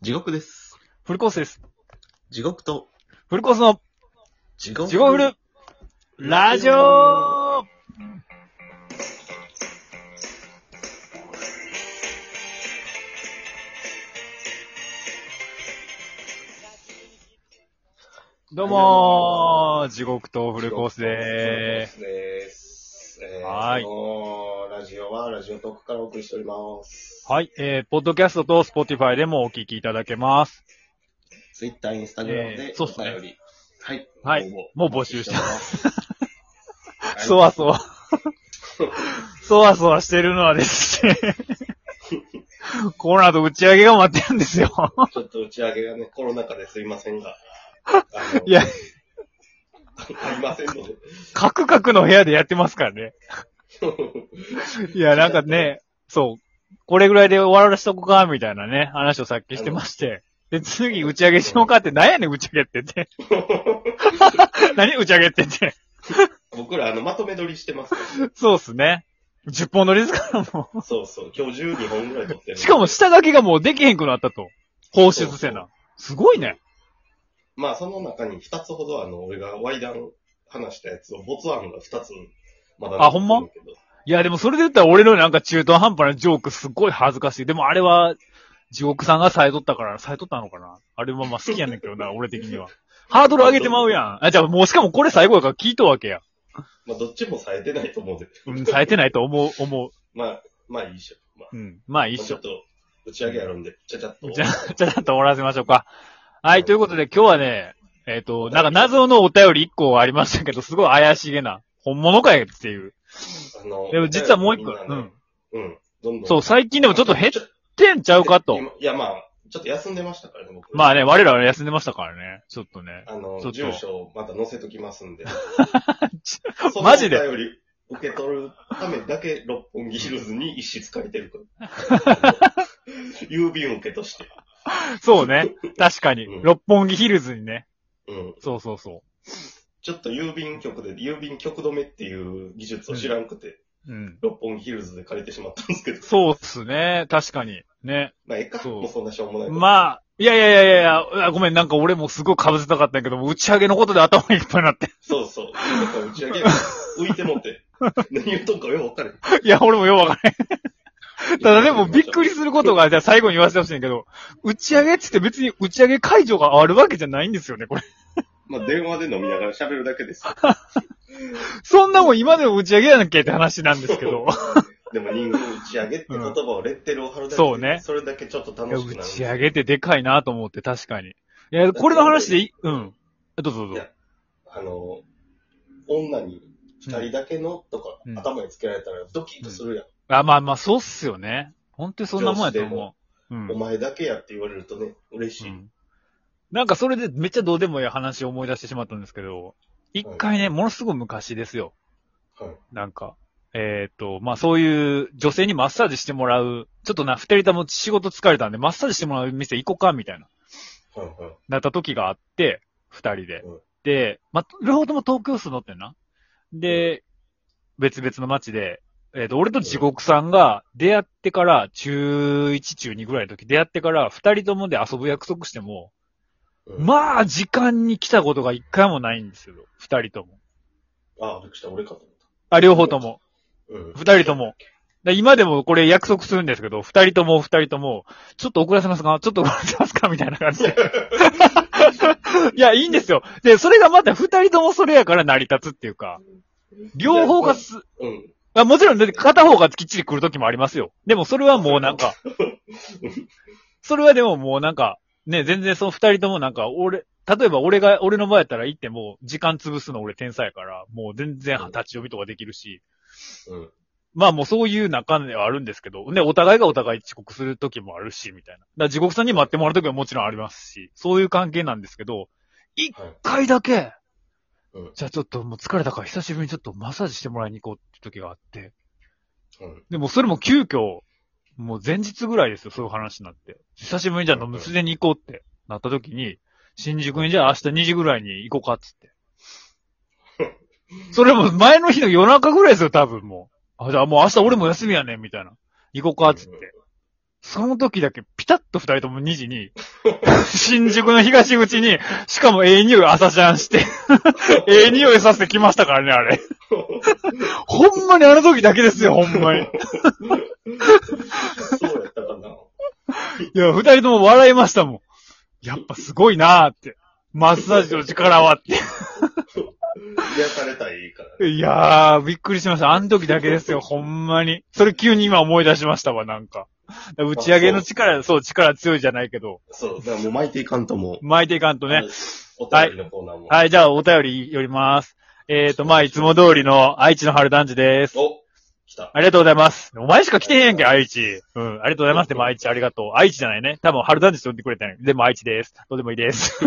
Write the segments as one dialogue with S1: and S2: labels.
S1: 地獄です。
S2: フルコースです。
S1: 地獄と、
S2: フルコースの
S1: 地獄。
S2: 地獄フルラジオどうもー、地獄とフルコースでーす。
S3: フルコースです。えー
S2: はーい
S3: このラジオはラジオトークからお送りしております。
S2: はい、えー、ポッドキャストとスポティファイでもお聞きいただけます。
S3: ツイッター、インスタグラム
S2: え
S3: で
S2: ー
S3: お
S2: そうっすね
S3: 便り。はい。
S2: はい
S3: 応
S2: もう募集してます。
S3: ます。はい
S2: そわそ わ。そわそわしてるのはですね。この後打ち上げが待ってるんですよ。
S3: ちょっと打ち上げがね、コロナ禍ですいません が。
S2: いや、
S3: ありませんので。
S2: カクカクの部屋でやってますからね。いや、なんかね、そう、これぐらいで終わらしとこうか、みたいなね、話をさっきしてまして。で、次打ち上げしようかって、なんやねん打ち上げってって。 何打ち上げってって。
S3: 僕らあの、まとめ撮りしてます。
S2: そうっすね。10本撮りですからも
S3: そうそう。今日12本ぐらい撮って
S2: う。
S3: る。
S2: しかも、下書きがもうできへんくなったと。放出せな。すごいね。
S3: まあその中に2つほどあの、俺がワイダン話したやつを、ボツワンが2つ、まだ
S2: あほんまいや、でもそれで言ったら俺のなんか中途半端なジョークすっごい恥ずかしい。でもあれは、地獄さんがさえとったから、さえとったのかなあれはまあ好きやねんけどな、俺的に は。ハードル上げてまうやん。あ、じゃあもうしかもこれ最後やから聞いとわけや。
S3: まあどっちも冴えてないと思うんで。
S2: うん、さえてないと思う、思う。
S3: まあ、まあいいっしょ。まあ、
S2: うん。まあ一
S3: ちょ
S2: 緒
S3: っ。と、打ち上げやるんで、ちゃちゃっと。
S2: じゃあ、 じゃあちょっと終わらせましょうか。はい、ということで今日はね、えっ、と、なんか謎のお便り1個ありましたけど、すごい怪しげな。本物かよっていう。
S3: あの
S2: でも実はもう1
S3: みん
S2: 個。う
S3: なんね。うん。どんどん。
S2: そう、最近でもちょっと減っ
S3: ちょ
S2: てんちゃうかと。
S3: 今いや、まあ、ちょっと休んでましたからね、僕。
S2: まあ
S3: ね。
S2: ね、我らは休んでましたからね。ちょっとね。
S3: あ
S2: ちょっと
S3: の、住所をまた載せときますんで
S2: ち。
S3: その
S2: マジで
S3: お便り受け取るためだけ、六本木ヒルズに一室借りてるから。郵便受けとして。
S2: そう ね。確かに
S3: う。ん
S2: 六本木ヒルズにね。
S3: うん。
S2: そうそうそ
S3: ちょっと郵便局で、郵便局止めっていう技術を知らんくて、
S2: う。うん。
S3: 六本木ヒルズで借りてしまったんですけど。
S2: そうっすね。確かに。ね。
S3: まあ、ええか。
S2: そう
S3: もうそんなしょうもないこと。
S2: まあ、いやいやいやいやいやうわ、ごめん、なんか俺もすごい被せたかったんやけど、もう打ち上げのことで頭いっぱいになって。
S3: そうそう。なんか打ち上げが浮いてもって。何言っとんかよくわかる。
S2: いや、俺もようわ からへん。ただでもびっくりすることが、じゃあ最後に言わせてほしいんやけど、打ち上げっつって別に打ち上げ会場があるわけじゃないんですよね、これ。
S3: まあ、電話で飲みながら喋るだけです。
S2: そんなもん今でも打ち上げやなきゃって話なんですけ ど。
S3: でも人間打ち上げって言葉をレッテルを貼るだけで、
S2: そうね
S3: それだけちょっと
S2: いや
S3: 楽しくなる。
S2: 打ち上げってでかいなと思って、確かに。いや、これの話でい、うん。どうぞどう
S3: い
S2: ぞ
S3: や。あの、女に二人だけのとか、
S2: うん
S3: 頭につけられたらドキッとするやん。
S2: あ、まあまあ、そうっすよね。本当にそんなもんやと思う。うん。
S3: お前だけやって言われるとね、嬉し
S2: う
S3: い。
S2: んなんかそれでめっちゃどうでもいい話を思い出してしまったんですけど、一回ね、ものすごい昔ですよ。
S3: はい
S2: なんか、えっ、と、まあそういう女性にマッサージしてもらう、ちょっとな、二人とも仕事疲れたんで、マッサージしてもらう店行こうか、みたいな、
S3: はいはい。
S2: なった時があって、二人で
S3: うん。
S2: で、まあ、両方とも東京住んどってんな。で、別々の街で、えっ、と、俺と地獄さんが出会ってから、中1、中2ぐらいの時、出会ってから、二人ともで遊ぶ約束しても、
S3: うん
S2: まあ、時間に来たことが一回もないんですよ。二人とも。
S3: ああ、びっくりした。俺かと思っ
S2: あ、両方とも。
S3: た。うん。
S2: 二人とも。で今でもこれ約束するんですけど、二人とも二人とも、ちょっと遅らせますかちょっと遅らせますかみたいな感じで。いや、いいんですよ。で、それがまた二人ともそれやから成り立つっていうか、両方がす、
S3: うん。
S2: あもちろん、だって片方がきっちり来る時もありますよ。でもそれはもうなんか、それはでももうなんか、ね、全然その二人ともなんか、俺、例えば俺が、俺の場合やったら行っても、時間潰すの俺天才やから、もう全然立ち読みとかできるし、
S3: うん。
S2: まあもうそういう中ではあるんですけど、ね、お互いがお互い遅刻する時もあるし、みたいな。だから地獄さんに待ってもらう時ももちろんありますし、そういう関係なんですけど、一
S3: はい。
S2: 回だけ、
S3: うん
S2: じゃあちょっともう疲れたから久しぶりにちょっとマッサージしてもらいに行こうって時があって、
S3: うん。
S2: でもそれも急遽、もう前日ぐらいですよ、そういう話になって。久しぶりにじゃあ飲むつでに行こうってなった時に、新宿にじゃあ明日2時ぐらいに行こうかっつって。それも前の日の夜中ぐらいですよ、多分もう。あ、じゃあもう明日俺も休みやねん、みたいな。行こうかっつって。その時だけピタッと二人とも2時に、新宿の東口に、しかもええ匂い朝シャンして、ええ匂いさせてきましたからね、あれ。ほんまにあの時だけですよ、ほんまに。い
S3: そうやったかな。
S2: や、二人とも笑いましたもん。やっぱすごいなーって。マッサージの力はって。
S3: 癒されたらいいからね。
S2: いやー、びっくりしました。あの時だけですよ、ほんまに。それ急に今思い出しましたわ、なんか。打ち上げの力、そう、力強いじゃないけど、
S3: そう、だからもう巻いていかんともう。
S2: 巻いていかんとね。
S3: お便りのコーナーも。
S2: はい、じゃあお便り寄ります。えっ、ー、と、まあ、いつも通りの愛知の春団地です。
S3: お、来た。
S2: ありがとうございます。お前しか来てへんけん、愛知。うん、ありがとうございます。でも愛知ありがとう。愛知じゃないね。多分春団地と呼んでくれたんやでも愛知です。どうでもいい です。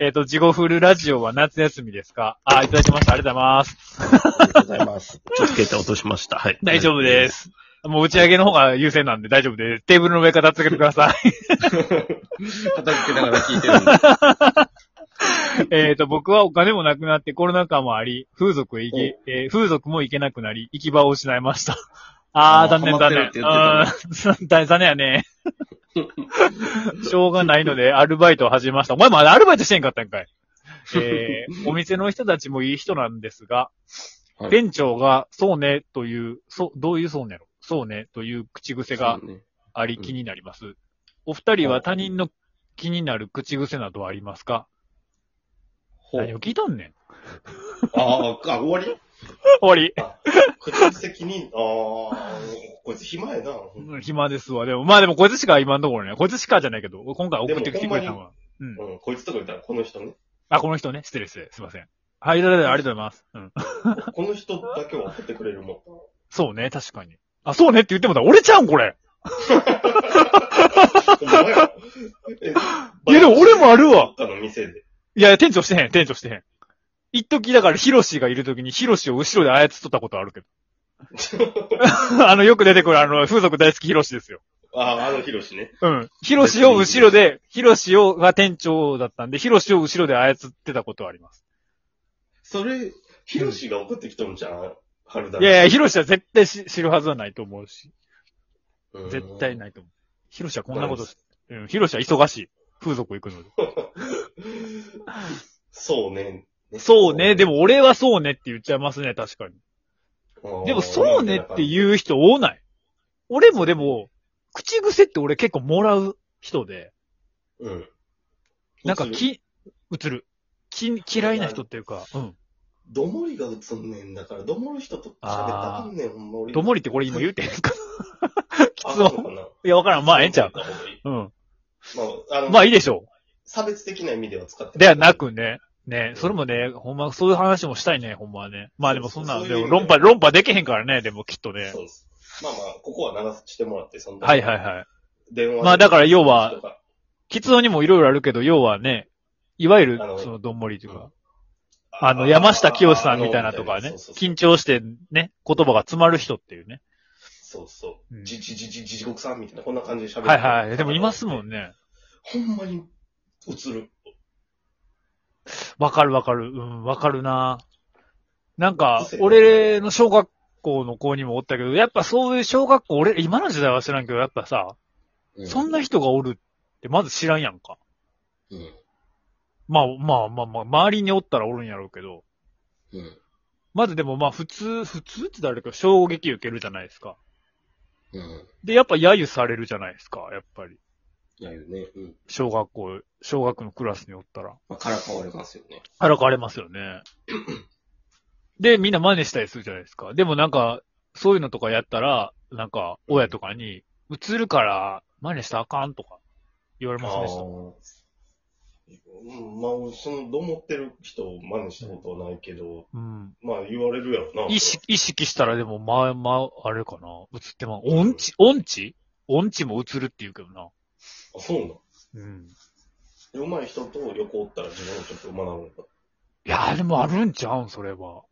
S2: えっと、地獄フルラジオは夏休みですかあ、いただきました。ありがとうございます。
S3: ありがとうござい ます。ちょっと携帯落としました。はい。。
S2: 大丈夫ですす。もう打ち上げの方が優先なんで大丈夫です。テーブルの上から助けてください。
S3: 叩きながら聞いてるんで。
S2: えっと、僕はお金もなくなってコロナ禍もあり、風俗へ行き、えー風俗も行けなくなり、行き場を失い ました。あ
S3: あ
S2: あ、
S3: ー
S2: 残念
S3: ハ
S2: 残
S3: マ
S2: 念
S3: ってるって言っ。
S2: うん 大残念やね。しょうがないので、アルバイトを始めました。お前まだアルバイトしてんかったんかい。え ーお店の人たちもいい人なんですが、
S3: はい
S2: 店長が、そうね、という、そう、どういうそうねやろそうね、という口癖が
S3: そうね
S2: あり
S3: うん
S2: 気になります。お二人は他人の気になる口癖などはありますか
S3: ほ
S2: 何
S3: う
S2: を聞いとんねん。
S3: あーあ、終わ り
S2: 終わり。
S3: 口癖に、ああ、こいつ暇やな。うん。
S2: 暇ですわ。でも、まあでもこいつしか今のところね。こいつしかじゃないけど、今回送ってきてくれたのは。うん。
S3: こいつとか言ったらこの 人ね。
S2: あ、この人ね。失礼失礼。すいません。はい、だだだありがとうございます。うん。
S3: この人だけは送ってくれる もん。
S2: そうね、確かに。あ、そうねって言ってもだ、俺ちゃうん、これ。
S3: お前らえ
S2: いやでも俺もあるわ
S3: どっかの店で。
S2: いや、店長してへん、店長してへん。一時だから、ヒロシがいる時に、ヒロシを後ろで操っとったことある けど。あの、よく出てくる、あの、風俗大好きヒロシですよ。
S3: ああ、あのヒロシね。
S2: うん。ヒロシを後ろで、ヒロシを、が店長だったんで、ヒロシを後ろで操ってたことはあります。
S3: それ、ヒロシが送ってきとんじゃん。春だ
S2: いやいや、ヒロシは絶対し知るはずはないと思うし。
S3: うん
S2: 絶対ないと思う。ヒロシはこんなことし、うん、ヒロシは忙しい。風俗行くので。
S3: そうね。
S2: そうね。でも俺はそうねって言っちゃいますね、確かに。
S3: も
S2: でもそうねって言う人多ない。俺もでも、口癖って俺結構もらう人で、
S3: う。うん。
S2: なんか
S3: 映る、
S2: き、映る。き、嫌いな人っていうか、うん。
S3: どもりが映んねんだから、どもる人と喋ったらあかんねん、ほんま俺。
S2: ども
S3: り、
S2: りってこれ今言うてんかき
S3: あ
S2: つ
S3: そうか
S2: 音。
S3: な。
S2: いや、わからん。まあ、ええんちゃう。
S3: ま
S2: うん。
S3: あ、あの、
S2: まあ、いいでしょう。
S3: 差別的な意味では使って
S2: ではな。くね。ねそれもね、ほんま、そういう話もしたいね、ほんまはね。まあでもそんな
S3: そ
S2: ん、
S3: う
S2: で
S3: そういう意
S2: も
S3: 味
S2: 論破、論破できへんからね、でもきっとね
S3: そ。うです。まあまあ、ここは流してもらって、そんな。
S2: はいはいはい。
S3: 電話で
S2: まあだから要は
S3: とか
S2: きつ音にもいろいろあるけど、要はね、いわゆる
S3: あ、の
S2: その、どんもりというか、
S3: あ
S2: あの、山下清さんみたいなとか
S3: あのみたいな
S2: ね
S3: そうそう、そう
S2: 緊張してね、言葉が詰まる人っていうね。
S3: そうそうう。
S2: ん
S3: じじじじじ地獄さんみたいな、こんな感じで喋る。
S2: はいはい。でもいますも
S3: ん。
S2: んね。
S3: ほんまに映る。
S2: わかるわかる。うん、わかるななんか
S3: 個性、
S2: 俺の小学校の子にもおったけど、やっぱそういう小学校、俺、今の時代は知らんけど、やっぱさ、そんな人がおるってまず知らんやんか。
S3: うん。
S2: まあまあまあまあ、周りにおったらおるんやろうけど、
S3: うん。
S2: まずでもまあ普通、普通って誰か衝撃受けるじゃないですか。
S3: うん。
S2: で、やっぱ揶揄されるじゃないですか、やっぱり。
S3: いやよね。うん。
S2: 小学校、小学のクラスにおったら。
S3: まあ、からかわれますよね。
S2: からかわれますよ ね。で、みんな真似したりするじゃないですか。でもなんか、そういうのとかやったら、なんか、親とかに、映るから真似したらあかんとか言われますね。
S3: うん、まあ、その、どもってる人を真似したことはないけど、
S2: うん。
S3: まあ、言われるやろな。
S2: 意識、意識したらでも、まあまあ、あれかな。映ってまう。音痴、音痴音痴も映るって言うけどな。
S3: あ、そうなの
S2: うん。
S3: で上手い人と旅行おったら自分もちょっと学ぶのか。
S2: いやーでもあるんちゃうん、それは。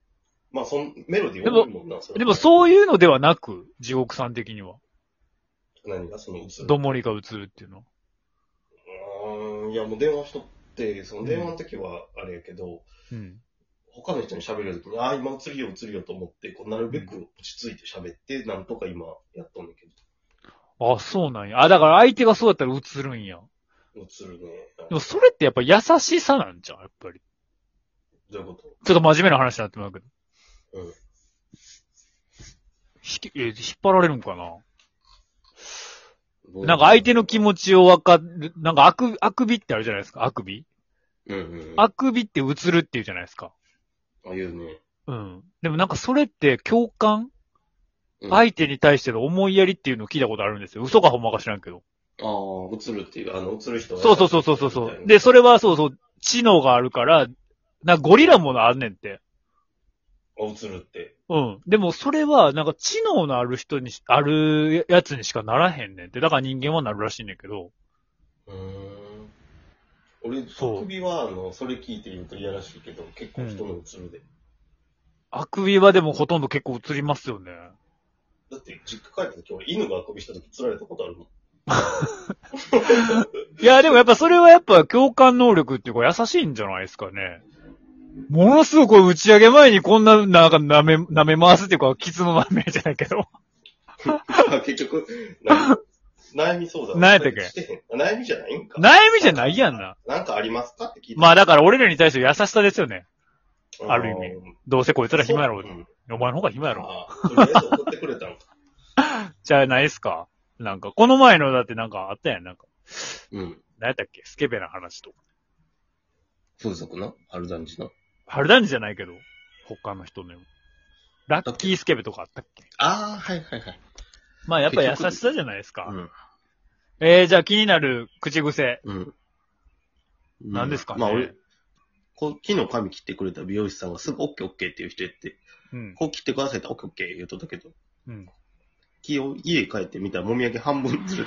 S3: まあ、そん、メロディー多いもんな、それ。
S2: でもそういうのではなく、地獄さん的には。
S3: 何がその、映る。
S2: どもりが映るっていうのは。
S3: うーん、いや、もう電話しとって、その電話の時はあれやけど、
S2: うん。
S3: 他の人に喋る時に、ああ、今映るよ、映るよと思って、こうなるべく落ち着いて喋って、なんとか今やっとんねんけど。
S2: あ、そうなんや。あ、だから相手がそうだったら映るんや。
S3: 映るね。
S2: でもそれってやっぱ優しさなんじゃん、やっぱり。
S3: どういうこと
S2: ちょっと真面目な話になってまうけど。
S3: うん
S2: ひきえ引っ張られるんかななんか相手の気持ちをわかる、なんかあく、あくびってあるじゃないですか、あくび。
S3: うんうん。
S2: あくびって映るっていうじゃないですか。
S3: あ、言うね。
S2: うん。でもなんかそれって共感、
S3: うん
S2: 相手に対しての思いやりっていうのを聞いたことあるんですよ。嘘かほんまか知らんけど。
S3: ああ、映るっていう、あの、映る人は
S2: そうそうそうそうそうそ。
S3: みたいうな
S2: で、それはそうそう、知能があるから、なんかゴリラものあんねんって。
S3: あ映るって。
S2: うん。でもそれは、なんか知能のある人にし、あるやつにしかならへんねんって。だから人間はなるらしいねんけど。
S3: うーん。俺、
S2: そう
S3: あくびは、あの、それ聞いて言うと嫌らしいけど、結構人の映るで。
S2: あくびはでもほとんど結構映りますよね。
S3: だって、実家帰った時、俺、犬があくびした時、釣られたことあ るもん。
S2: いや、でもやっぱそれはやっぱ共感能力っていうか優しいんじゃないですかね。ものすごく打ち上げ前にこんな、なんか舐め、 舐め回すっていうか、キツの舐めじゃないけど。
S3: 結局、なん悩み相談。
S2: 何やったっけ
S3: してへん悩みじゃないんか。
S2: 悩みじゃないやんな。
S3: なんかありますかって聞いて。
S2: まあだから俺らに対して優しさですよね。
S3: うん
S2: ある意味。どうせこいつら暇やろ
S3: そう。ん
S2: お前の方が暇やろ。
S3: ああ、とりあえず送ってくれたのか。
S2: じゃないっすか。なんか、この前のだってなんかあったやん。なんか、
S3: うん。
S2: 何やったっけスケベな話とか。
S3: 風俗な春団地の。
S2: 春団治じゃないけど、他の人の。ラッキースケベとかあったっけ
S3: ああ、はいはいはい。
S2: まあやっぱ優しさじゃないですか。
S3: うん。
S2: えー、じゃあ気になる口癖。
S3: うん。
S2: 何ですかね
S3: まあ俺、こう昨日髪切ってくれた美容師さんがすぐオッケーオッケーっていう人やって、
S2: うん。
S3: こう切ってくださいってオッケーオッケー言うとったけど、
S2: うん。
S3: 気を家帰ってみたらもみあげ半分ずれとっ